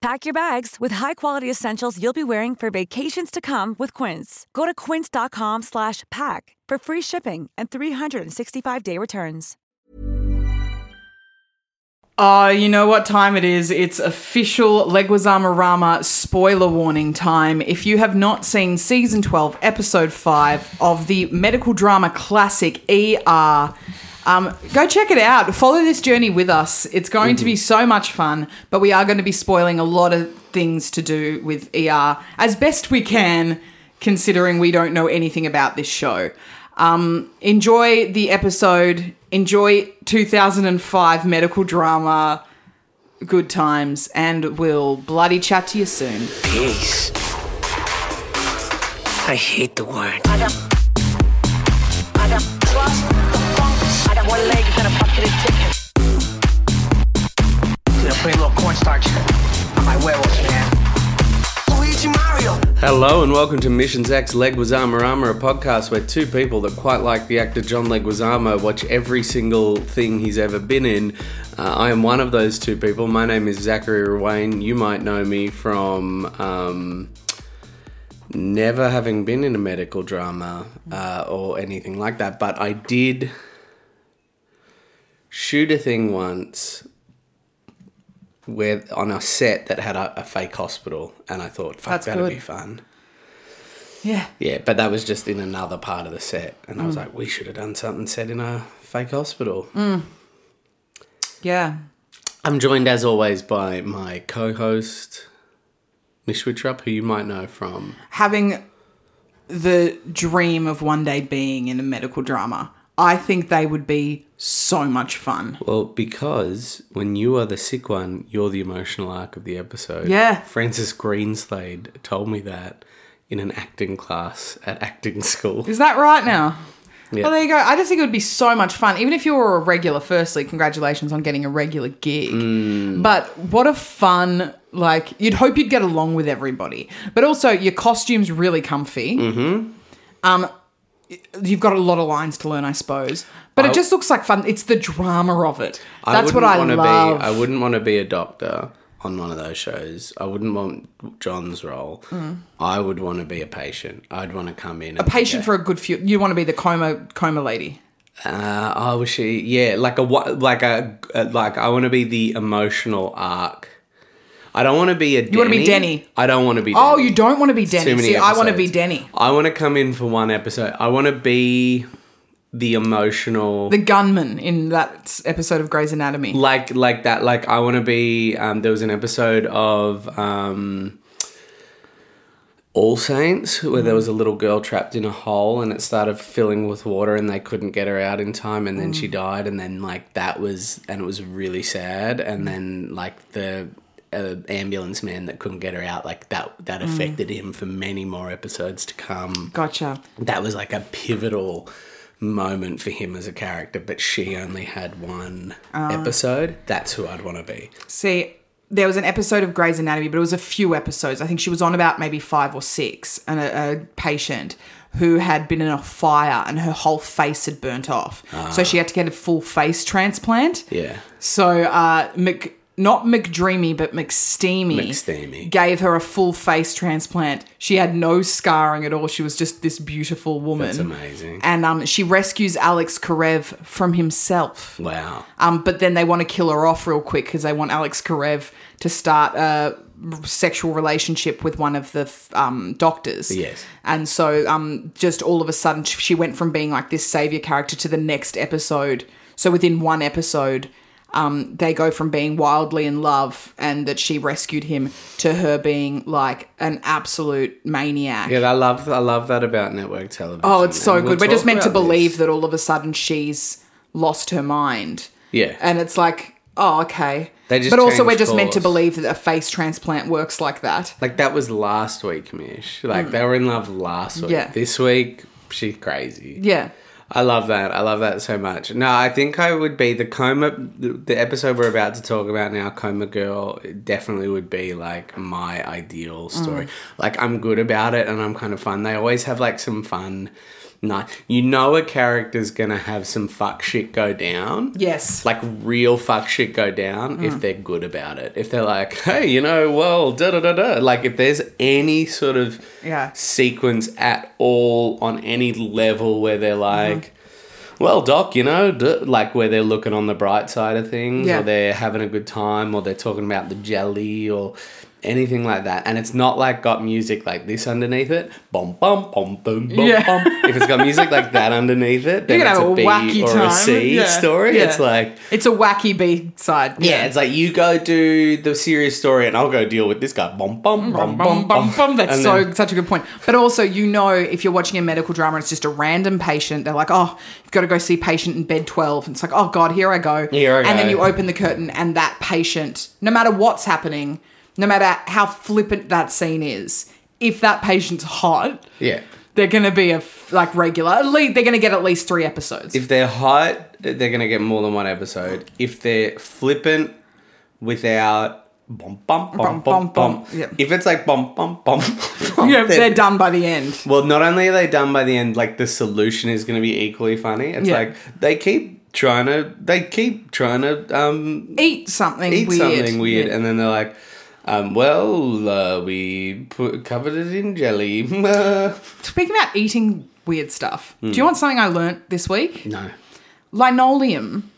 Pack your bags with high-quality essentials you'll be wearing for vacations to come with Quince. Go to quince.com/pack for free shipping and 365-day returns. Oh, you know what time it is? It's official Leguizamo Rama spoiler warning time. If you have not seen season 12, episode 5 of the medical drama classic ER, um, go check it out. Follow this journey with us. It's going to be so much fun, but we are going to be spoiling a lot of things to do with ER as best we can, considering we don't know anything about this show. Um, enjoy the episode. Enjoy 2005 medical drama. Good times, and we'll bloody chat to you soon. Peace. I hate the word. I got one leg and a bucket of chicken. Gonna put a little cornstarch on my werewolf man. Luigi Mario. Hello and welcome to Missions X Leguizamo Armor, a podcast where two people that quite like the actor John Leguizamo watch every single thing he's ever been in. Uh, I am one of those two people. My name is Zachary Ruane. You might know me from um, never having been in a medical drama uh, or anything like that, but I did shoot a thing once where on a set that had a, a fake hospital, and I thought, "Fuck, That's that'll good. be fun." Yeah. Yeah, but that was just in another part of the set, and Mm. I was like, we should have done something set in a fake hospital. Yeah. I'm joined as always by my co-host Mish Wittrup, who you might know from. having the dream of one day being in a medical drama. I think they would be so much fun. Well, because when you are the sick one, you're the emotional arc of the episode. Yeah. Francis Greenslade told me that in an acting class at acting school. Is that right now? Yeah. Well, there you go. I just think it would be so much fun. Even if you were a regular, firstly, congratulations on getting a regular gig. Mm. But what a fun, like, you'd hope you'd get along with everybody. But also, your costume's really comfy. Mm-hmm. Um, y- you've got a lot of lines to learn, I suppose. But it I- just looks like fun. It's the drama of it. I That's what wouldn't I wanna love. Be, I wouldn't want to be a doctor on one of those shows. I wouldn't want John's role. I would want to be a patient. I'd want to come in. Mm. a patient for a good few. You want to be the coma coma lady. Uh, I wish. He, yeah, like a wa- like a uh, like I want to be the emotional arc. I don't want to be a. You wanna be Denny. I don't want to be. Oh, Denny. you don't want to be Too Denny. many See, I want to be episodes. Denny, I want to come in for one episode. I want to be the emotional. the gunman in that s- episode of Grey's Anatomy. like like that like i want to be um there was an episode of um all saints where there was a little girl trapped in a hole and it started filling with water and they couldn't get her out in time and then she Mm. died and then like that was and it was really sad and then like the uh, ambulance man that couldn't get her out like that Mm. that affected him for many more episodes to come Gotcha. that was like a pivotal moment for him as a character, but she only had one Ah. episode. That's who I'd want to be. See, there was an episode of Grey's Anatomy, but it was a few episodes. I think she was on about maybe five or six, and a, a patient who had been in a fire and her whole face had burnt off, so she had to get a full face transplant. Ah. Yeah. So uh, Mc, not McDreamy, but McSteamy, McSteamy. gave her a full face transplant. She had no scarring at all. She was just this beautiful woman. That's amazing. And um, she rescues Alex Karev from himself. Wow. Um, but then they want to kill her off real quick because they want Alex Karev to start a sexual relationship with one of the f- um, doctors. Yes. And so, um, just all of a sudden, sh- she went from being like this savior character to the next episode. So within one episode, um, they go from being wildly in love and that she rescued him to her being like an absolute maniac. Yeah, I love I love that about network television. Oh, it's so And we'll good. We're just talk meant to about believe this. that all of a sudden she's lost her mind. Yeah. And it's like, oh, okay. They just but also, we're changed just meant to course. believe that a face transplant works like that. Like that was last week, Mish. Like they were in love last week. Hmm. Yeah. This week, she's crazy. Yeah. I love that. I love that so much. No, I think I would be the coma. The the episode we're about to talk about now, Coma Girl, it definitely would be like my ideal story. Like I'm good about it, and I'm kind of fun. They always have like some fun. Night. You know a character's gonna have some fuck shit go down. Yes. Like real fuck shit go down Mm. if they're good about it. If they're like, hey, you know, well, da da da da. Like if there's any sort of Yeah. sequence at all on any level where they're Mm-hmm. like, well, doc, you know, d-, like where they're looking on the bright side of things Yeah. or they're having a good time or they're talking about the jelly or anything like that. And it's not like got music like this underneath it. Bum, bum, bum, boom, bum, Yeah. bum. If it's got music like that underneath it, then You can it's have a a B wacky or a time. C Yeah. story. Yeah. It's like, It's a wacky B side. yeah, it's like you go do the serious story and I'll go deal with this guy. Bum, bum, Bum, bum, bum, bum, bum. That's And so then- such a good point. But also, you know, if you're watching a medical drama, it's just a random patient. They're like, "Oh, you've got to go see patient in bed 12. And it's like, "Oh God, here I go." Here I and then go. you open the curtain, and that patient, no matter what's happening, no matter how flippant that scene is, if that patient's hot, Yeah. they're gonna be a f- like regular. At least they're gonna get at least three episodes. If they're hot, they're gonna get more than one episode. If they're flippant, without bum bum bum Bum, bum bum, bum. bum. Yeah. If it's like bum bum bum, bum you know, then- they're done by the end. Well, not only are they done by the end, like the solution is gonna be equally funny. It's Yeah. like they keep trying to, they keep trying to um, Eat something eat weird. something weird, Yeah. and then they're like. Um, well, uh, we put, covered it in jelly. no. Speaking about eating weird stuff, do Hmm. you want something I learnt this week? linoleum,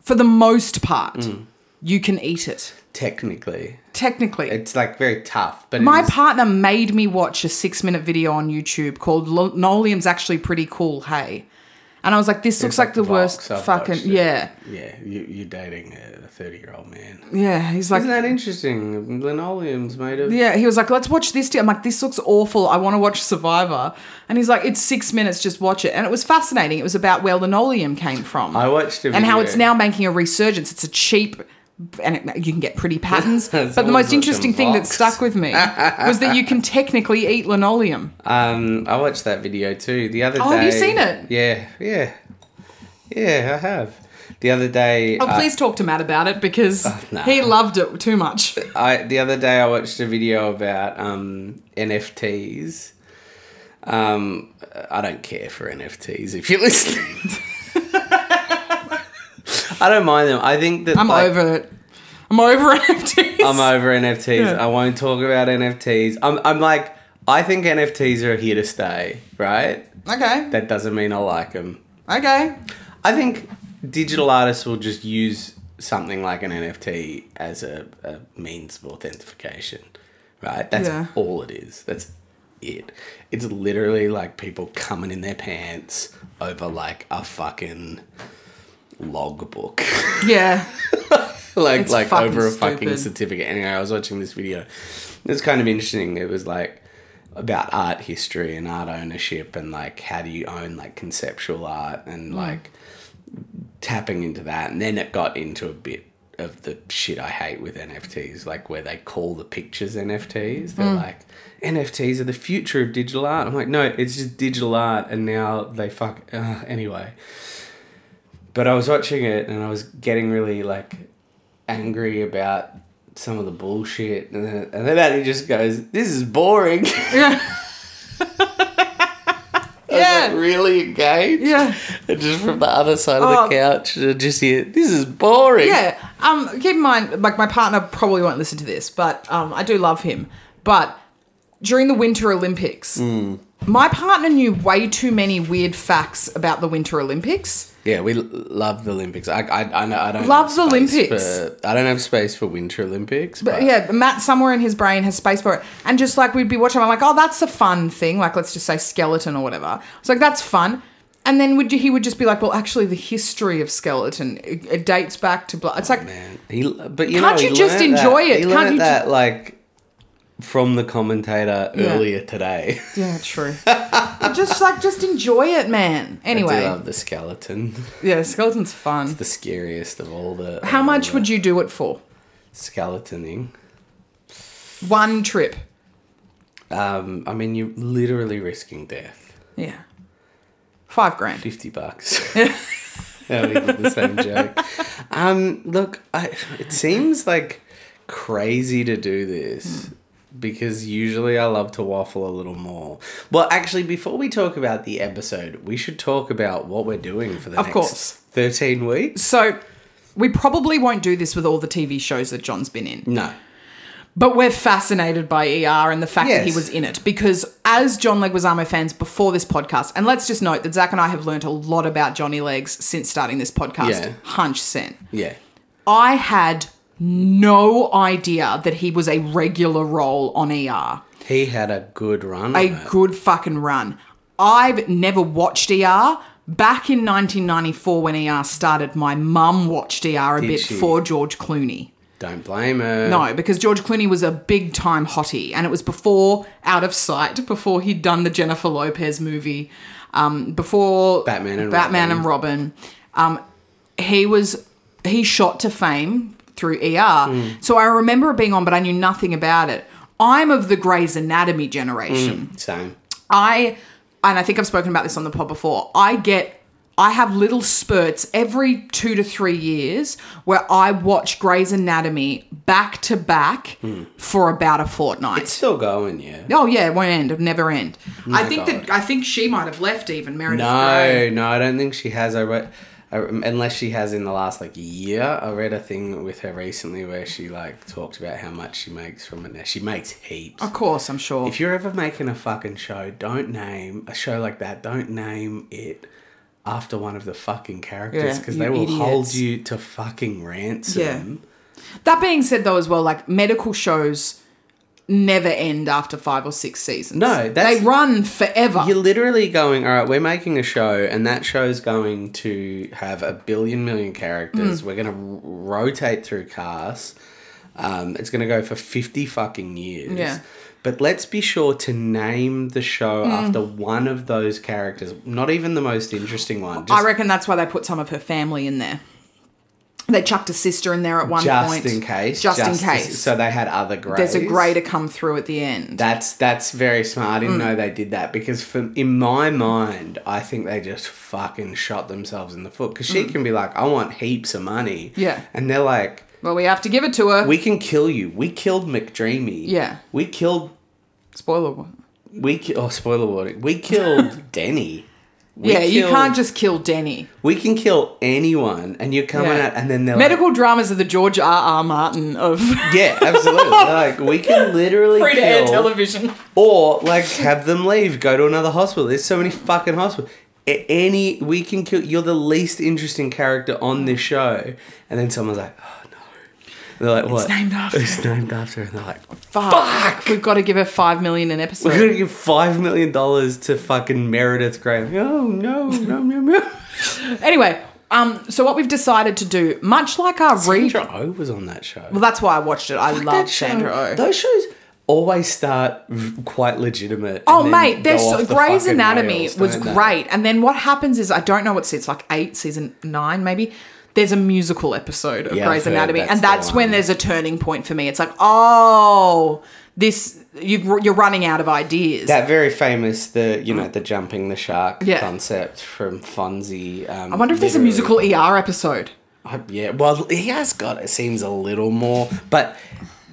for the most part, Mm. you can eat it. Technically, Technically. it's like very tough, but my it is, partner made me watch a six minute video on YouTube called Linoleum's Actually Pretty Cool, Hey. And I was like, this looks It's like, like the Vox, worst I've fucking. watched it. Yeah. Yeah, you, you're dating a 30 year old man. Yeah. He's like, Isn't that interesting? Linoleum's made of. yeah. He was like, let's watch this. Deal. I'm like, this looks awful. I want to watch Survivor. And he's like, it's six minutes, just watch it. And it was fascinating. It was about where linoleum came from. I watched a and how video. it's now making a resurgence. It's a cheap, and it, you can get pretty patterns. but the Someone's most watching interesting thing that Vox. stuck with me was that you can technically eat linoleum. Um, I watched that video too the other Oh, day. have you seen it? Yeah, yeah. Yeah, I have. The other day. Oh, uh, please talk to Matt about it because nah. he loved it too much. I the other day I watched a video about um, NFTs. Um, I don't care for NFTs. If you're listening, I don't mind them. I think that I'm like, over it. I'm over NFTs. I'm over NFTs. I won't talk about NFTs. I'm, I'm like, I think NFTs are here to stay, right? okay. That doesn't mean I like them. Okay. I think digital artists will just use something like an NFT as a, a means of authentication, right? That's Yeah. all it is. That's it. It's literally like people coming in their pants over like a fucking logbook. Yeah. like It's like fucking over a fucking stupid. certificate. Anyway, I was watching this video. It was kind of interesting. It was like about art history and art ownership and like how do you own like conceptual art and Hmm. like tapping into that. And then it got into a bit of the shit I hate with NFTs, like where they call the pictures NFTs. Hmm. They're like NFTs are the future of digital art. I'm like, no, it's just digital art, and now they fuck uh, anyway but I was watching it and I was getting really like angry about some of the bullshit, and then, and then Annie just goes, "This is boring." Yeah. Like, really engaged. Yeah. And just from the other side Oh. of the couch, I just hear, "This is boring." Yeah. Um, keep in mind, like my partner probably won't listen to this, but um, I do love him. But during the Winter Olympics, Hmm. my partner knew way too many weird facts about the Winter Olympics. Yeah, we l- love the Olympics. I, I, I, know, I don't Love have the space Olympics. For, I don't have space for Winter Olympics, but, But yeah, Matt somewhere in his brain has space for it. And just like we'd be watching, I'm like, oh, that's a fun thing. Like let's just say skeleton or whatever. I was like, that's fun. And then would you, he would just be like, well, actually, the history of skeleton it, it dates back to blah. It's like, Oh, Man, he, but you Can't know, he you just learnt enjoy that- it? He Can't learnt you ju- that like from the commentator Yeah. earlier today. yeah, true. just like, just enjoy it, man. Anyway, I do love the skeleton. Yeah, skeleton's fun. The scariest of all the. um, How much would you do it for? Skeletoning. One trip. Um, I mean, you're literally risking death. Yeah. Five grand. 50 bucks. yeah, we did the same joke. Um, look, I, it seems like crazy to do this because usually I love to waffle a little more. Well, actually, before we talk about the episode, we should talk about what we're doing for the Of next course. 13 weeks. So we probably won't do this with all the TV shows that John's been in. No. But we're fascinated by ER and the fact that he Yes. was in it because, as John Leguizamo fans before this podcast, and let's just note that Zach and I have learnt a lot about Johnny Legs since starting this podcast. Yeah. Hunch sent. Yeah. I had no idea that he was a regular role on ER. He had a good run. A on it. good fucking run. I've never watched ER. Back in 1994, when ER started, my mum watched ER a bit she? for George Clooney. Don't blame her. No, because George Clooney was a big time hottie, and it was before Out of Sight, before he'd done the Jennifer Lopez movie, um, before Batman and Batman Robin. and Robin. Um, he was he shot to fame through ER, Mm. so I remember it being on, but I knew nothing about it. I'm of the Grey's Anatomy generation. Same. I and I think I've spoken about this on the pod before. I get I have little spurts every 2 to 3 years where I watch Grey's Anatomy back to back for about a fortnight. It's still going, yeah. oh yeah, it won't end. It'll never end. I think God. that I think she might have left even Meredith Grey. No, no, I don't think she has. I read, I, unless she has in the last like year. I read a thing with her recently where she like talked about how much she makes from it. Now she makes heaps. Of course, I'm sure. If you're ever making a fucking show, don't name a show like that. Don't name it after one of the fucking characters Yeah, because you they will hold idiots. you to fucking ransom. that being said though as well, like medical shows never end after 5 or 6 seasons. No, that's- they run forever. You're literally going, all right, we're making a show, and that show's going to have a billion million characters. Mm. We're going to rotate through casts. Um, it's going to go for 50 fucking years. Yeah. Mm. But let's be sure to name the show after one of those characters, not even the most interesting one. I Just, reckon that's why they put some of her family in there. They chucked a sister in there at one just point. in case. Just, to- in case. So they had other greys. There's a grey to come through at the end. That's that's very smart. I Hmm. didn't know they did that because for in my mind, I think they just fucking shot themselves in the foot because she can be like, "I want heaps of money," Hmm. Yeah. and they're like, well, we have to give it to her. "We can kill you. We killed McDreamy. Yeah. we killed Spoiler warning. we ki- oh spoiler warning. We killed Denny. We Yeah, you killed- can't just kill Denny. We can kill anyone, and you're coming Yeah. out, and then they're like- Medical dramas are the George R. R. Martin of yeah, absolutely. like we can literally free to air kill- television. Or like have them leave, go to another hospital. There's so many fucking hospitals. A- Any we can kill. You're the least interesting character on this show, and then someone's like, "Oh no," And they're like, "What?" named after It's named after, and they're like, Fuck. We've got to give her five million an "We're episode. gonna give five million dollars to fucking Meredith Graham." Oh no, no, no, no. anyway, um, so what we've decided to do, much like our re, Sandra O was on that show. well, that's why I watched it. I That love show- Sandra Oh. O. Those shows always start v- quite legitimate. and Oh then mate, go there's off so, the Grey's fucking Anatomy rails, was don't they? great, and then what happens is I don't know what's it's like eight season nine maybe. There's a musical episode of Yeah, Grey's I've heard Anatomy, that's and the that's when one. there's a turning point for me. It's like, oh, this you, you're running out of ideas. That very famous, the you know, the jumping the shark Mm. Yeah. concept from Fonzie. Um, I wonder if there's a musical ER episode. yeah, well, he has got. It seems a little more, but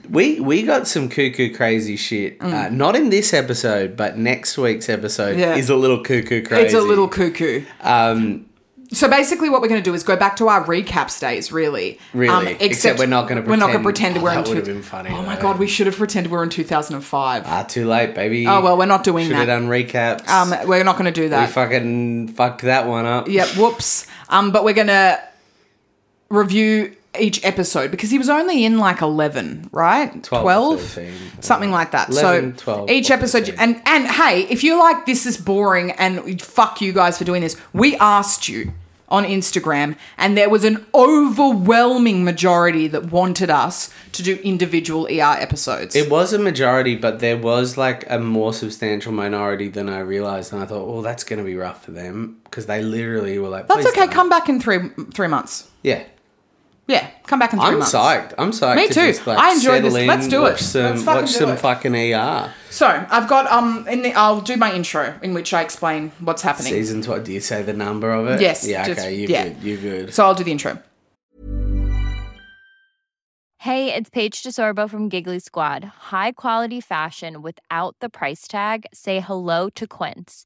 we we got some cuckoo crazy shit. Mm. Uh, not in this episode, but next week's episode Yeah. is a little cuckoo crazy. It's a little cuckoo. Um, so basically, what we're going to do is go back to our recap stays, really. Really. Except we're not gonna um, We're not going to pretend- pretend Oh, we're in. that would've two- been funny, Oh my though. god, we should have pretended we're in 2005. Ah, too late, baby. Oh, well, we're not doing Should that. have done recaps. um, we're not going to do we that. fucking fucked that one up. Yep, whoops. Um, but we're gonna review each episode because he was only in like eleven, right? 12 or 13, something like that. 11, so 12 each or episode, 13. and and hey, if you like this is boring and fuck you guys for doing this, we asked you on Instagram, and there was an overwhelming majority that wanted us to do individual ER episodes. It was a majority, but there was like a more substantial minority than I realized, and I thought, well, that's going to be rough for them because they literally were like, That's "Please okay. don't." Come back in three three months. yeah, Yeah, come back in 3 I'm months. psyched. I'm psyched. Me to too. just, like, I enjoyed settle this. in, Let's do watch it. Some, Let's fucking watch do some it. fucking ER. So I've got um, in the I'll do my intro in which I explain what's happening. Season 12. Do you say the number of it? Yes, Yeah, just- okay. You're yeah. good. You're good. So I'll do the intro. Hey, it's Paige DeSorbo from Giggly Squad. High quality fashion without the price tag. Say hello to Quince.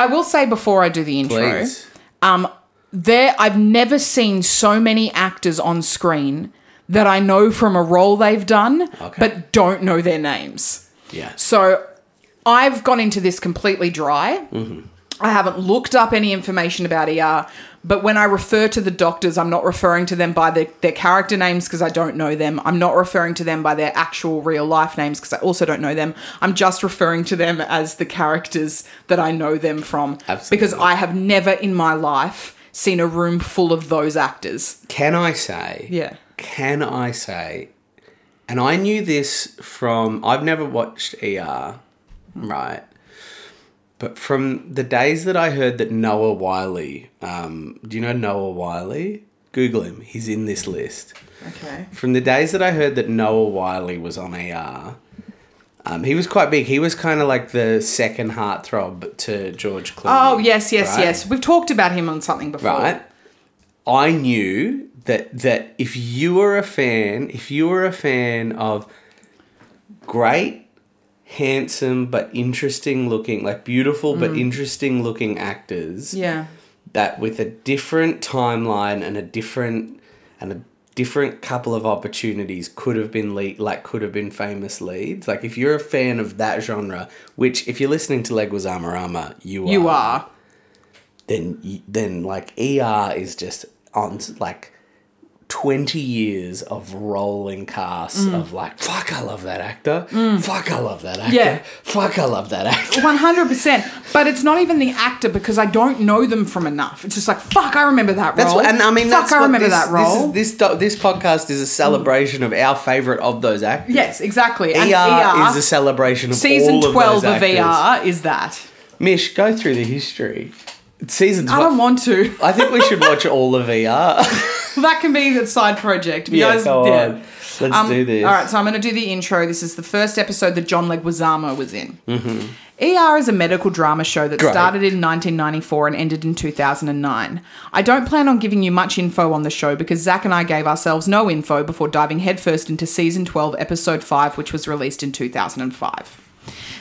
I will say before I do the intro, Please. um, there I've never seen so many actors on screen that I know from a role they've done, but don't know their names. Yeah. So I've gone into this completely dry. Mm-hmm. I haven't looked up any information about ER, but when I refer to the doctors, I'm not referring to them by their, their character names because I don't know them. I'm not referring to them by their actual real life names because I also don't know them. I'm just referring to them as the characters that I know them from. Because Absolutely. I have never in my life seen a room full of those actors. Can I say? Yeah. Can I say? And I knew this from. I've never watched ER, right? But from the days that I heard that Noah Wiley, um, do you know Noah Wiley? Google him. He's in this list. Okay. From the days that I heard that Noah Wiley was on ER, um, he was quite big. He was kind of like the second heartthrob to George Clooney. Oh, yes, yes, right? yes. We've talked about him on something before. right? I knew that that if you were a fan, if you were a fan of great, handsome but interesting looking, like beautiful but interesting looking actors, Mm. Yeah. that with a different timeline and a different and a different couple of opportunities could have been le- like could have been famous leads. Like if you're a fan of that genre, which if you're listening to Leguizamo Rama, you are You are. then y- then like ER is just on s- like 20 years of rolling casts Mm. of like fuck I love that actor fuck I love that actor Yeah. fuck I love that actor One hundred percent. But it's not even the actor because I don't know them from enough. It's just like fuck, I remember that that's role. what, and I mean fuck, that's I what remember this- that role. this is, this do- this podcast is a celebration of our favorite of those actors yes, exactly. ER, And E is a celebration of season all of twelve those of actors. ER is that. Mish go through the history It's season 12 I don't want to. I think we should watch all of ER that can be the side project. If you yeah guys- go yeah. on let's do this All right, so I'm going to do the intro. This is the first episode that John Leguizamo was in. ER is a medical drama show that Mm-hmm. Great. started in 1994 and ended in 2009. I don't plan on giving you much info on the show because Zach and I gave ourselves no info before diving headfirst into season 12, episode 5, which was released in 2005.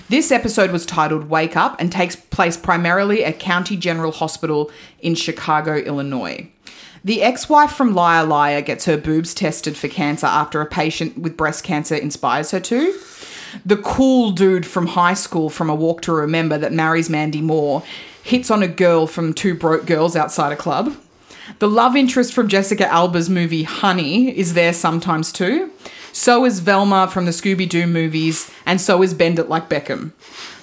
This episode was titled Wake Up and takes place primarily at County General Hospital in Chicago, Illinois. The ex wife from Liar Liar gets her boobs tested for cancer after a patient with breast cancer inspires her to. The cool dude from high school from A Walk to Remember that marries Mandy Moore hits on a girl from Two Broke Girls outside a club. The love interest from Jessica Alba's movie Honey is there sometimes too. So is Velma from the Scooby Doo movies, and so is Bend It Like Beckham.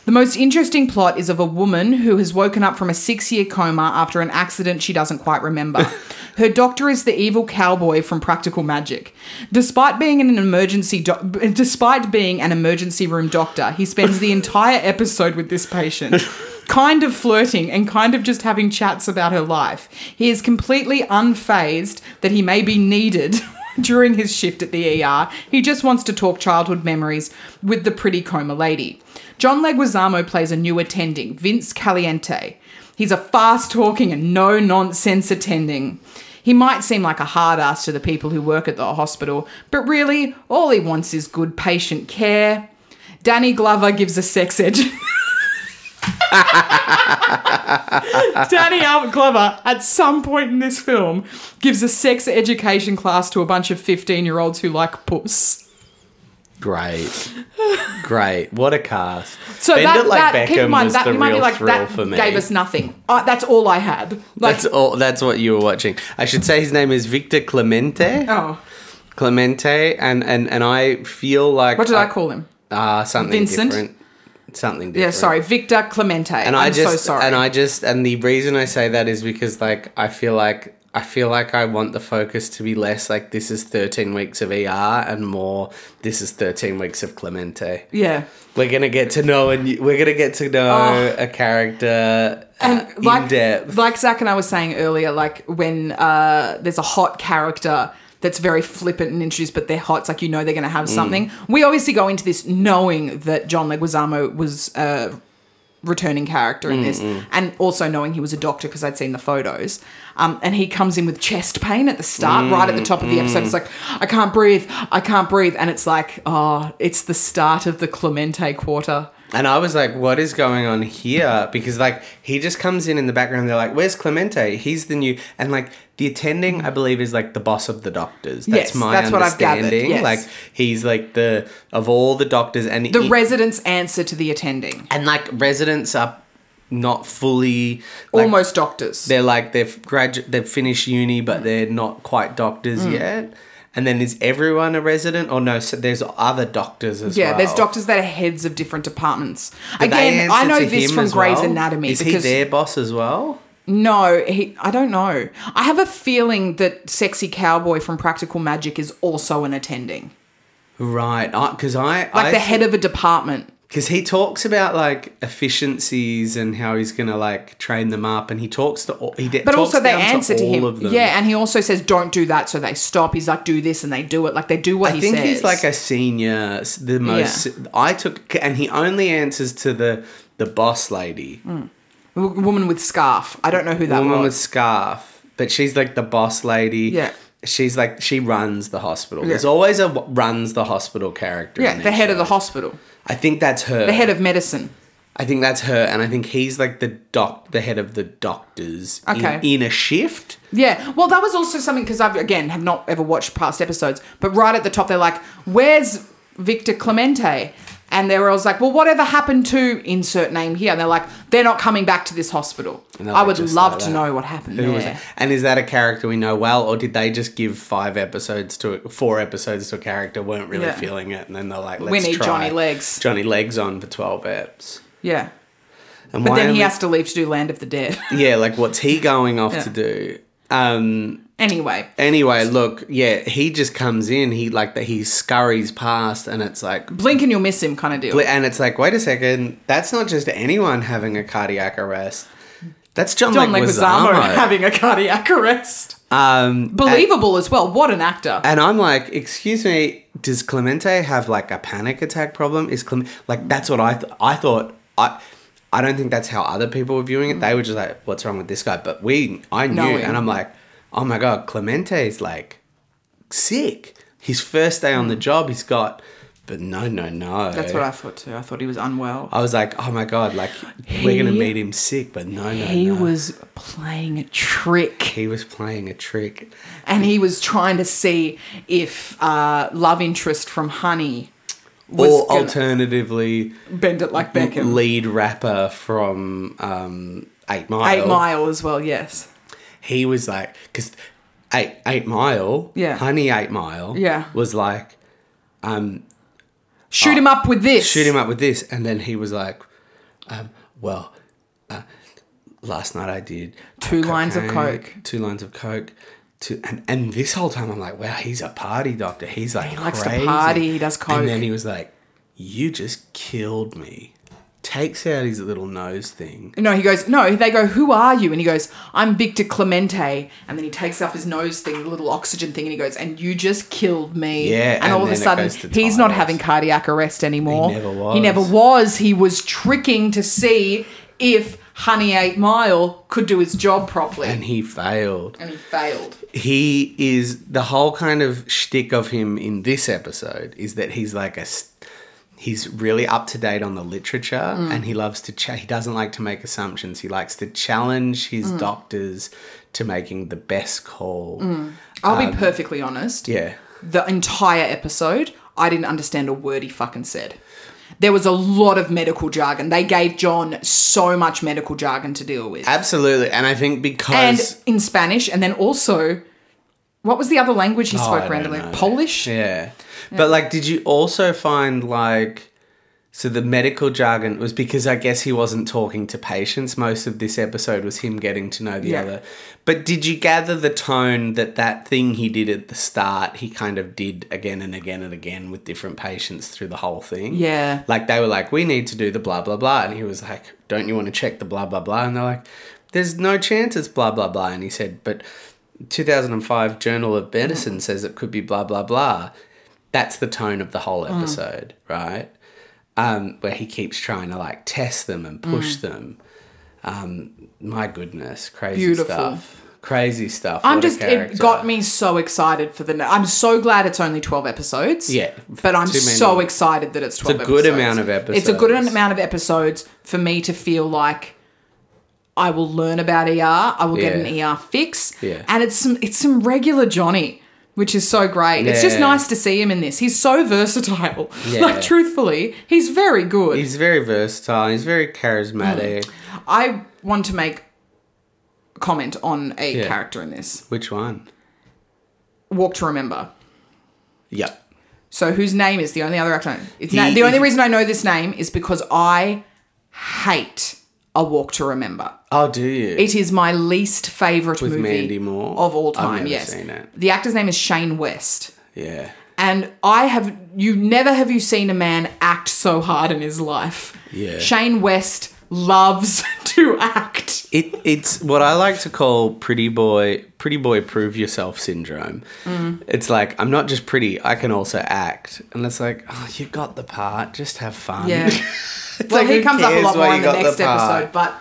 The most interesting plot is of a woman who has woken up from a six year coma after an accident she doesn't quite remember. Her doctor is the evil cowboy from Practical Magic. Despite being an emergency doc despite being an emergency room doctor, he spends the entire episode with this patient. kind of flirting and kind of just having chats about her life. He is completely unfazed that he may be needed during his shift at the ER. He just wants to talk childhood memories with the pretty coma lady. John Leguizamo plays a new attending, Vince Caliente. He's a fast talking and no nonsense attending. He might seem like a hard ass to the people who work at the hospital, but really, all he wants is good patient care. Danny Glover gives a sex edge. Danny Albert Glover, at some point in this film, gives a sex education class to a bunch of 15 year olds who like puss. Great, great! What a cast. So Bend that, it like that Beckham keep in mind was that the you might real be like thrill that for me. gave us nothing. Uh, that's all I had. Like that's all. That's what you were watching. I should say his name is Victor Clemente. oh, Clemente, and and and I feel like what did I call him? Ah, something Vincent? different. Something Yeah, different. sorry, Victor Clemente. And I'm I just so sorry. and I just and the reason I say that is because like I feel like I feel like I want the focus to be less like this is 13 weeks of ER and more this is 13 weeks of Clemente. yeah. We're going to get to know and we're going to get to know a character Oh. and uh, like in depth. like Zach and I were saying earlier, like when uh, there's a hot character that's very flippant and introduced, but they're hot. It's like you know they're going to have Mm. something. We obviously go into this knowing that John Leguizamo was a returning character in this, and also knowing he was a doctor because I'd seen the photos. Um, and he comes in with chest pain at the start, right at the top of the episode. It's like I can't breathe, I can't breathe, and it's like oh, it's the start of the Clemente quarter. And I was like, what is going on here? Because like he just comes in in the background. They're like, where's Clemente? He's the new and like the attending, I believe, is like the boss of the doctors. That's Yes, my that's what I've gathered, understanding. yes. Like he's like the of all the doctors and The he- resident's answer to the attending. and like residents are not fully like, almost doctors. They're like they've gradu- they've finished uni, but they're not quite doctors Mm. yet. And then is everyone a resident or no? So there's other doctors as yeah, well. there's doctors that are heads of different departments. Do they Again, I answer know to this him from as Grey's well? Anatomy Is because he their boss as well? no, he I don't know. I have a feeling that sexy cowboy from Practical Magic is also an attending. Right, because I Like the head of a department. because he talks about like efficiencies and how he's gonna like train them up, and he talks to all, he de- But talks also they down answer to, all him. Of them. Yeah, and he also says don't do that so they stop. He's like do this and they do it. Like they do what I he think says. he's like a senior, s- the most I took, and he only answers to the the boss lady, W- woman with scarf. I don't know who that the woman with was. scarf, but she's like the boss lady. Yeah. She's like she runs the hospital. Yeah. There's always a w- runs the hospital character. yeah, in the these head of the shows. hospital. I think that's her. The head of medicine. I think that's her, and I think he's like the doc, the head of the doctors. in- Okay. In, a shift, Yeah. Well, that was also something because I've again have not ever watched past episodes, but right at the top they're like, "Where's Victor Clemente?" And they were always like, "Well, whatever happened to insert name here?" And they're like, "They're not coming back to this hospital." And they're I like, would just love like to that. know what happened Who there. was that? And is that a character we know well, or did they just give five episodes to four episodes to a character weren't really Yeah. feeling it, and then they're like, Let's We need try Johnny Legs." Johnny Legs on for twelve eps. Yeah. And But then am he I- has to leave to do Land of the Dead. yeah, like what's he going off Yeah. to do? Um, anyway, anyway, look, yeah, he just comes in, he like that, he scurries past, and it's like blink and you'll miss him kind of deal. But- and it's like, wait a second, that's not just anyone having a cardiac arrest. That's John, John Leguizamo. Leguizamo having a cardiac arrest. um, Believable as well. What an actor. and I'm like, excuse me, does Clemente have like a panic attack problem? Is Clem- like that's what I th- I thought I. I don't think that's how other people were viewing it. They were just like, "What's wrong with this guy?" But we, I knew, Knowing. and I'm like, "Oh my god, Clemente's like sick. His first day on the job, he's got." But no, no, no. Mm. That's what I thought too. I thought he was unwell. I was like, oh my god, like we're gonna He- meet him sick, but no, no, he no. was playing a trick. he was playing a trick. and he was trying to see if uh, love interest from Honey was or gonna alternatively, bend it like Beckham. lead rapper from um, Eight Mile. Eight Mile as well, yes. He was like, because Eight Eight Mile, Yeah. Honey Eight Mile, Yeah. was like, Shoot him up with this. Ah, shoot him up with this, and then he was like, um, well, uh, last night I did Two lines of cocaine, coke. two lines of coke. To, and, and this whole time I'm like, wow, he's a party doctor. He's like, likes to crazy. party, he does coke. And then he was like, you just killed me. Takes out his little nose thing. No, he goes, no, they go, who are you? And he goes, I'm Victor Clemente. And then he takes off his nose thing, the little oxygen thing, and he goes, and you just killed me. Yeah, And, and all of a then it sudden, goes to he's not Tyler's. having cardiac arrest anymore. He never was. He never was. He was tricking to see if Honey Eight Mile could do his job properly. And he failed. and he failed. He is the whole kind of shtick of him in this episode is that he's like a s- he's really up to date on the literature and he loves to cha- he doesn't like to make assumptions. He likes to challenge his doctors to making the best call. I'll be perfectly honest. Um, Yeah. The entire episode, I didn't understand a word he fucking said. There was a lot of medical jargon. They gave John so much medical jargon to deal with. Absolutely. And I think and because. in Spanish, and then also, what was the other language he Oh, I spoke don't randomly? know. Polish? yeah. But like, did you also find like. So the medical jargon was because I guess he wasn't talking to patients. Most of this episode was him getting to know the Yeah. other. But did you gather the tone that that thing he did at the start, he kind of did again and again and again with different patients through the whole thing? Yeah. Like they were like, we need to do the blah blah blah, and he was like, don't you want to check the blah blah blah? And they're like, there's no chance it's blah blah blah. And he said, but 2005 Journal of Medicine says it could be blah blah blah. That's the tone of the whole Mm. episode, right? Um, where he keeps trying to like test them and push Mm. them. Um, my goodness, crazy Beautiful. stuff. Crazy stuff. I'm What a just, it character. got me so excited for the. ne- I'm so glad it's only 12 episodes. Yeah. But I'm Too many. so excited that it's 12 a good episodes. amount of It's a good episodes. amount of episodes for me to feel like I will learn about ER, I will get an Yeah. ER fix. Yeah. And it's some, it's some regular Johnny. Which is so great. It's just Yeah. nice to see him in this. He's so versatile. Yeah. Like truthfully, he's very good. He's very versatile. He's very charismatic. Mm. I want to make comment on a Yeah. character in this. Which one? Walk to Remember. Yep. So whose name is the only other actor? It's na- He the only is- reason I know this name is because I hate A Walk to Remember. Oh, do you? It is my least favorite With movie Mandy Moore? of all I've time. never yes, seen it. the actor's name is Shane West, yeah. and I have you never have you seen a man act so hard in his life. Yeah. Shane West loves to act. It it's what I like to call pretty boy pretty boy prove yourself syndrome. Mm. It's like I'm not just pretty, I can also act. And it's like, oh, you got the part, just have fun. Yeah. It's well, like, he who comes up a cares lot why more you in the got next part? episode, but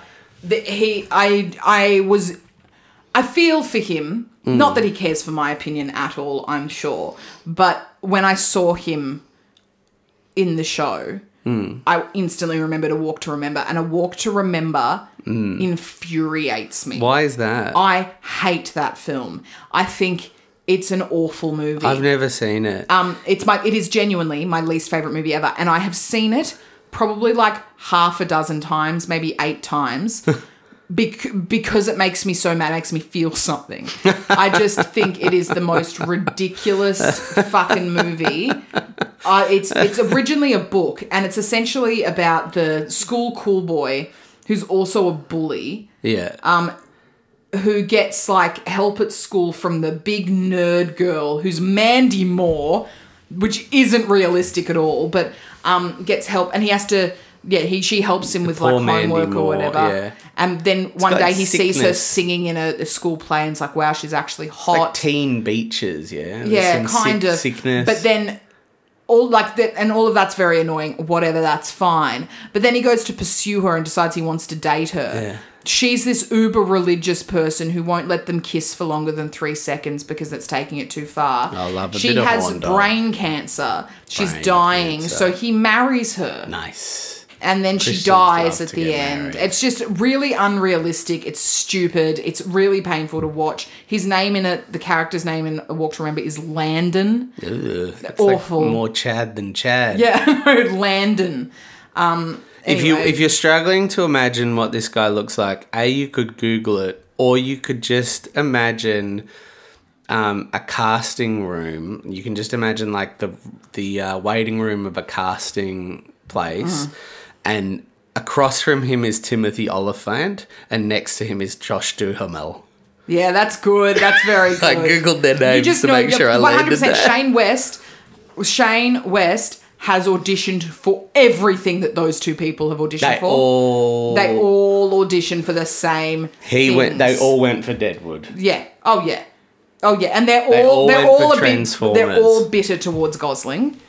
the, he, I, I was, I feel for him. Mm. Not that he cares for my opinion at all, I'm sure, but when I saw him in the show, Mm. I instantly remembered a walk to remember, and a walk to remember infuriates me. Mm. Why is that? I- I hate that film. I think it's an awful movie. have never seen it. Um, it's my it is genuinely my least favorite movie ever, and I have seen it probably like half a dozen times, maybe eight times. Bec- because it makes me so mad, it makes me feel something. I just think it is the most ridiculous fucking movie. Uh, it's it's originally a book, and it's essentially about the school cool boy who's also a bully, yeah. who gets like help at school from the big nerd girl who's Mandy Moore, which isn't realistic at all, but um, gets help and he has to yeah he she helps him with like poor Mandy homework Moore, or whatever. yeah. And then one got day he sees her sickness. singing in a, a school play and it's like wow she's actually like hot. teen beaches, yeah. There's yeah, some kind sick- of sickness. But then all like that and all of that's very annoying. Whatever, that's fine. But then he goes to pursue her and decides he wants to date her. Yeah. She's this uber religious person who won't let them kiss for longer than three seconds because that's taking it too far. I love a she bit of has horn dog. brain cancer. She's Brain dying, cancer. so he marries her nice. and then Christians she dies love at to the get end. married. It's just really unrealistic. It's stupid. It's really painful to watch. His name in it, the character's name in A Walk to Remember is Landon. Ugh, it's Awful. Like more Chad than Chad. Yeah, no, Landon. If you Anyway. if you're struggling to imagine what this guy looks like, a you could Google it, or you could just imagine um, a casting room. You can just imagine like the the uh, waiting room of a casting place, Uh-huh. and across from him is Timothy Oliphant, and next to him is Josh Duhamel. Yeah, that's good. That's very good. I googled their names to make sure I landed there. Shane West. Shane West has auditioned for everything that those two people have auditioned They for. all they all auditioned for the same. he went. They things. all went for Deadwood. Yeah. Oh yeah. Oh yeah. And they're all, They all they're went all for a bit Transformers. they're all bitter towards Gosling.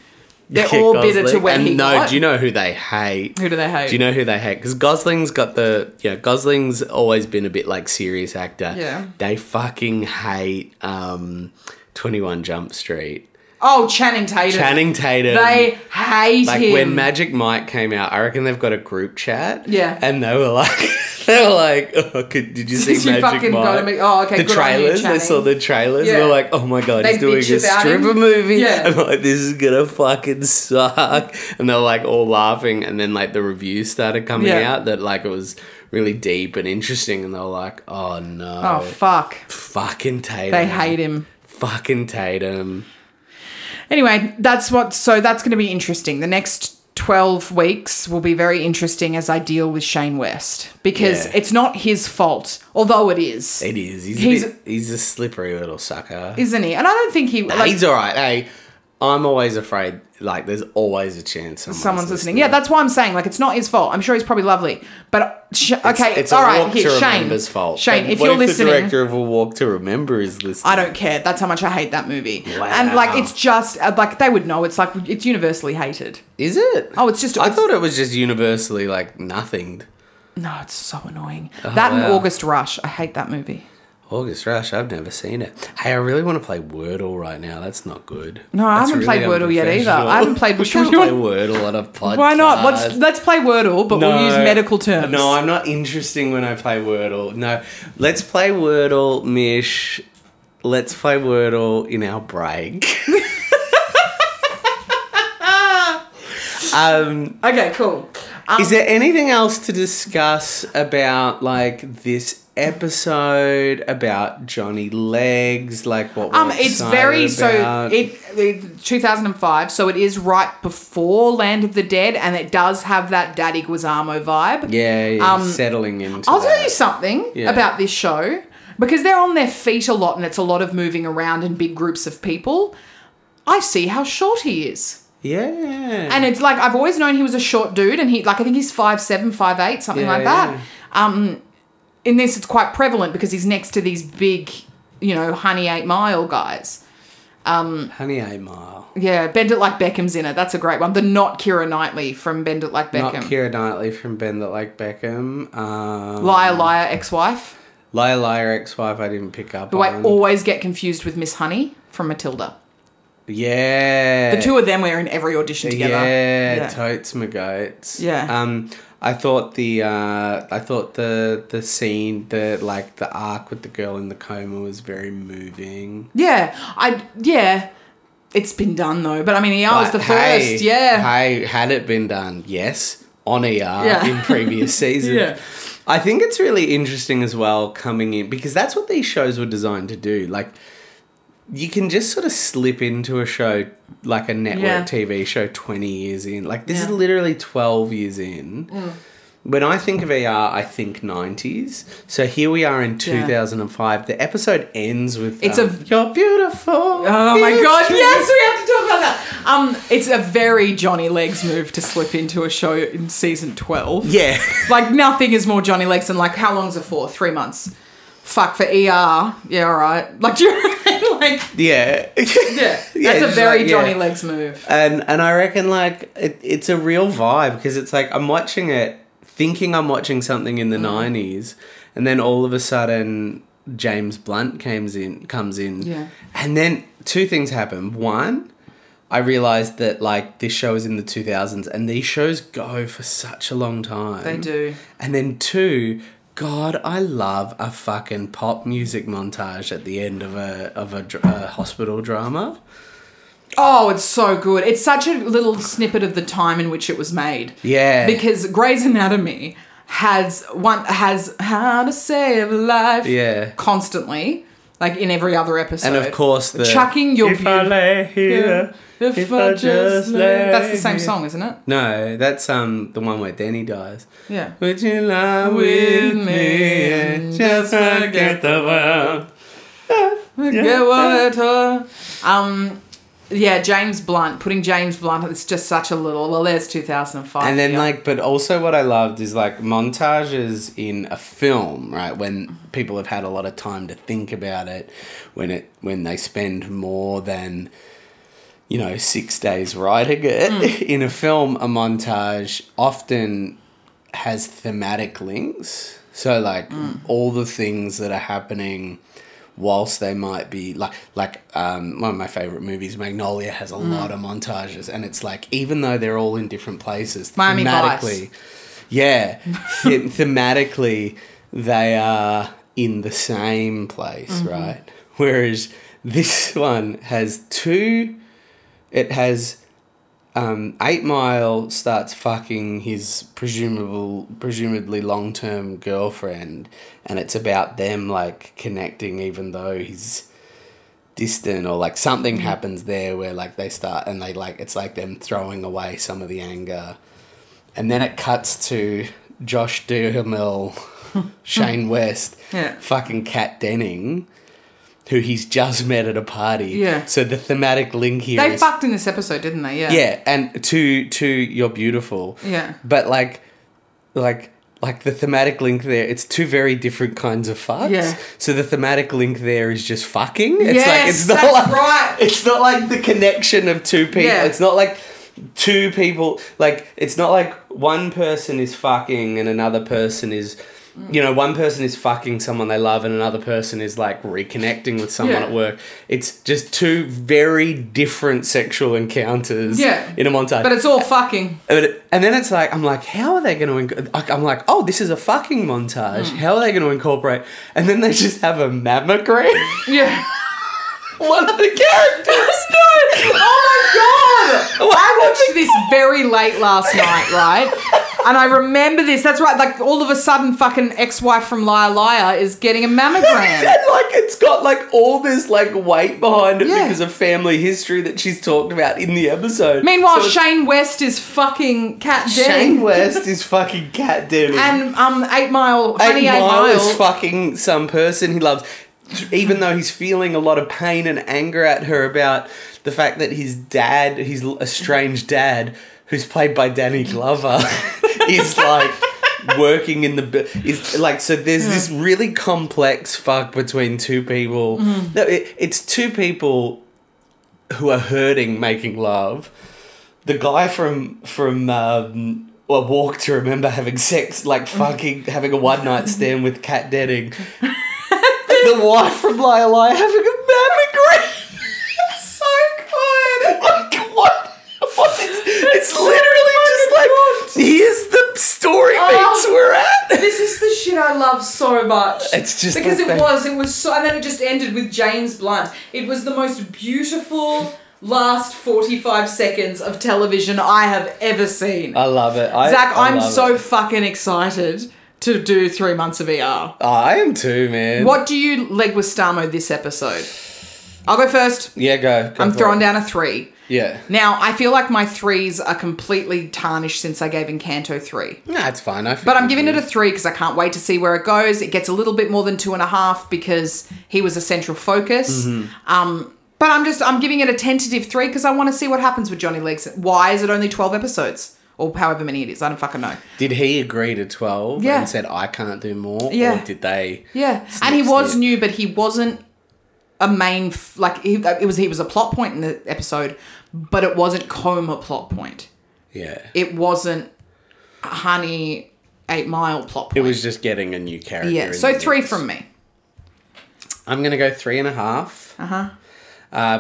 They're all bitter to Gosling. where and he no, got. do you know who they hate? Who do they hate? Do you know who they hate? Because Gosling's got the yeah. Gosling's always been a bit like serious actor. Yeah. They fucking hate um, Twenty One Jump Street. Oh, Channing Tatum. Channing Tatum. They hate like him. when Magic Mike came out. I reckon they've got a group chat. Yeah. And they were like. They were like, oh, could, did you see Did you Magic fucking Mike? gotta make- oh, okay, The good on you, trailers. they Channing. saw the trailers. Yeah. They're like, oh my god, They he's doing a bitch about stripper him. movie. Yeah. And I'm like, this is gonna fucking suck. And they're like all laughing. And then like the reviews started coming Yeah. out that like it was really deep and interesting. And they were like, oh no, Oh fuck. fucking Tatum. They hate him. fucking Tatum. Anyway, that's what. So that's going to be interesting. The next. 12 weeks will be very interesting as I deal with Shane West because Yeah. it's not his fault, although it is, It is. He's He's- a bit- he's a slippery little sucker. isn't he? And I don't think he. Nah, like- he's all right. Hey, I'm always afraid. Like, there's always a chance someone's, someone's listening. Yeah, that's why I'm saying like it's not his fault. I'm sure he's probably lovely, but sh- okay, it's it's a all right. walk Here, to Shane, remember's fault. Shane, But if what you're the listening, director of a walk to remember is listening. I don't care. That's how much I hate that movie. Wow. And like it's just uh, like they would know. It's like it's universally hated. Is it? Oh, it's just- I it's- thought it was just universally like nothinged. No, it's so annoying. that and Oh, wow. August Rush. I hate that movie. August Rush. I've never seen it. Hey, I really want to play Wordle right now. That's not good. No, I That's haven't played Wordle yet either. I haven't played- We should Should play we do Wordle on a podcast. Why not? Let's let's play Wordle, but we'll use medical terms. No, I'm not interesting when I play Wordle. No, let's play Wordle, Mish. Let's play Wordle in our break. um, okay, cool. Um, is there anything else to discuss about like this episode about Johnny Legs? Like what? We're Um, it's excited very about? so it, it 2005, so it is right before Land of the Dead, and it does have that Daddy Guizamo vibe. yeah, yeah um, settling into. I'll tell that. you something Yeah. about this show because they're on their feet a lot, and it's a lot of moving around and big groups of people. I see how short he is, Yeah, and it's like I've always known he was a short dude, and he like I think he's five seven, five eight, something Yeah, like that. Um, in this, it's quite prevalent because he's next to these big, you know, honey eight mile guys. Honey, a mile. Yeah, Bend It Like Beckham's in it. That's a great one. The not Kira Knightley from Bend It Like Beckham. Not Kira Knightley from Bend That Like Beckham. Um, Liar Liar ex-wife, Liar Liar ex-wife I didn't pick up who I on. always get confused with Miss Honey from Matilda. yeah. The two of them were in every audition together. Yeah, Yeah. totes my goats. Yeah. Um, I thought the uh, I thought the the scene the like the arc with the girl in the coma was very moving. Yeah, I yeah. It's been done though, but I mean, ER was But the hey, first. Yeah, Hey, had it been done, yes, on ER Yeah. in previous seasons. Yeah. I think it's really interesting as well coming in because that's what these shows were designed to do. Like you can just sort of slip into a show like a network Yeah. TV show 20 years in. Like this is Yeah. Mm. literally 12 years in. When I think of ER, I think 90s. So here we are in 2005. The episode ends with It's um, a- you're beautiful. Oh my god, yes, we have to talk about that. Um, it's a very Johnny Legs move to slip into a show in season twelve. Yeah. Like nothing is more Johnny Legs than like how long's it for? Three months. Fuck for ER. Yeah, all right. Like do you know what I mean? like Yeah. yeah, that's a Yeah, just very like, yeah. Johnny Legs move. and and I reckon like it, it's a real vibe because it's like I'm watching it thinking I'm watching something in the Mm. 90s and then all of a sudden James Blunt comes in comes in Yeah. and then two things happen one I realized that like this show is in the 2000s and these shows go for such a long time They do. and then two God, I love a fucking pop music montage at the end of a of a, dr- a hospital drama. Oh, it's so good. It's such a little snippet of the time in which it was made. Yeah. Because Grey's Anatomy has one has how to save a life Yeah. constantly. Like in every other episode. And of course, the chucking your If I beau- lay here, If if I I just just lay That's the same here. song, isn't it? No, that's um the one where Danny dies. Yeah. Would you lie with me and just forget the world? Get water. Um, yeah, James Blunt. Putting James Blunt. It's just such a little. Well, there's 2005. And then yeah. like, but also what I loved is like montages in a film, right? When people have had a lot of time to think about it, when it when they spend more than you know six days writing it in a film, a montage often has thematic links. So like all the things that are happening whilst they might be like like um, one of my favorite movies magnolia has a Mm. lot of montages and it's like even though they're all in different places Miami Vice. thematically Yeah, Them- thematically they are in the same place, Mm-hmm. right? Whereas this one has two. It has um, Eight Mile starts fucking his presumable, presumably long term girlfriend, and it's about them like connecting, even though he's distant or like something Mm-hmm. happens there where like they start and they like it's like them throwing away some of the anger, and then it cuts to Josh Duhamel, Shane West, Yeah. fucking Kat Denning, who he's just met at a party. Yeah. So the thematic link here They is- fucked in this episode, didn't they? Yeah. yeah, and to to you're beautiful. Yeah. But like like like the thematic link there, it's two very different kinds of fucks. Yeah. So the thematic link there is just fucking. It's like Yes, it's not that's like right. it's not like the connection of two people. Yeah. It's not like two people like it's not like one person is fucking and another person is Mm. you know, one person is fucking someone they love and another person is like reconnecting with someone Yeah. at work. It's just two very different sexual encounters Yeah. in a montage. But it's all fucking. And it- and then it's like I'm like, how are they going to? Inc- I'm like, oh, this is a fucking montage. Mm. How are they going to incorporate? And then they just have a mammogram. Yeah. One of the characters. Oh my god! I watched this very late last night, right? And I remember this. That's right. Like all of a sudden, fucking ex-wife from Liar Liar is getting a And mammogram. like it's got like all this like weight behind it Yeah. because of family history that she's talked about in the episode. Meanwhile, So it's- Shane West is fucking Cat Shane Denning, West is fucking cat Denning. and um, Eight Mile, Honey Eight Eight, Mile Mile. is fucking some person he loves, even though he's feeling a lot of pain and anger at her about the fact that his dad, his estranged dad, who's played by Danny Glover, is like working in the bu- is like so there's this really complex fuck between two people no it, it's two people who are hurting making love the guy from from um, a walk to remember having sex, like Mm. fucking having a one night stand with Kat Denning. the wife from Liar Liar having a mammogram. It's so good. Like what? what is, it's literally just like here's the story Oh. beats we're at. This is the shit I love so much. It's just because like it that- was, it was so, and then it just ended with James Blunt. It was the most beautiful last forty-five seconds of television I have ever seen. I love it. I, Zach, I I'm love so it. fucking excited to do three months of ER. I am too, man. What do you Leguistamo this episode? I'll go first. Yeah, go. go I'm for throwing it. down a three. Yeah. Now, I feel like my threes are completely tarnished since I gave Encanto three. Nah, it's fine. I But I'm giving it a three because I can't wait to see where it goes. It gets a little bit more than two and a half because he was a central focus. Mm-hmm. Um, but I'm just I'm giving it a tentative three because I want to see what happens with Johnny Legs. Why is it only twelve episodes or however many it is? I don't fucking know. Did he agree to 12 Yeah. and said, I can't do more? Yeah. Or did they? Yeah, Snip, and he was snip. new, but he wasn't a main f- like he, uh, it was. He was a plot point in the episode, but it wasn't coma plot point. Yeah. It, It wasn't a honey eight mile plot point. was just getting a new character. yeah. in So the three mix. from me. I'm going to go three and a half. Uh-huh.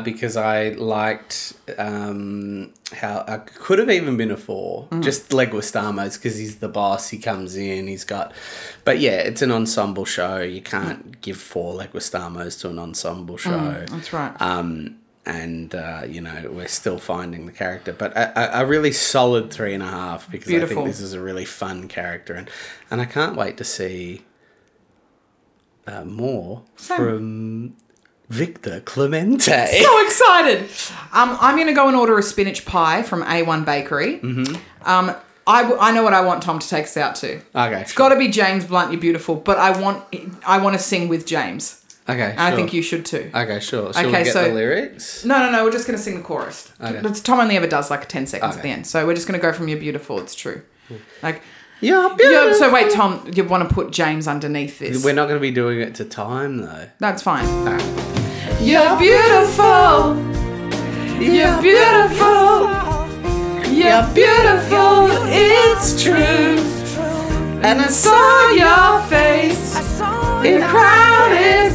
because I liked um, how I could have even been a four, Mm. just Leguistamo's because he's the boss. He comes in, he's got, but yeah, it's an ensemble show. You can't give four Leguistamo's to an ensemble show. Mm. That's right. um, and uh, you know we're still finding the character, but a, a, a really solid three and a half because I Beautiful. think this is a really fun character, and and I can't wait to see uh, more from Victor Clemente. so excited. Um, I'm going to go and order a spinach pie from A1 Bakery. Mm-hmm. Um, I, w- I know what I want Tom to take us out to. Okay, It's got to be James Blunt. You're beautiful, but I want I want to sing with James. okay, And I sure. think you should too. Okay, sure. Shall Okay, we get so- the lyrics? No, no, no. We're just going to sing the chorus. Okay. That's- Tom only ever does like 10 seconds at Okay. the end. So we're just going to go from you're beautiful. It's true. Like, Yeah, yeah, so wait, Tom, you want to put James underneath this. We're not going to be doing it to time though. That's fine. You're beautiful. You're beautiful. You're beautiful. It's true. And I saw your face in a crowded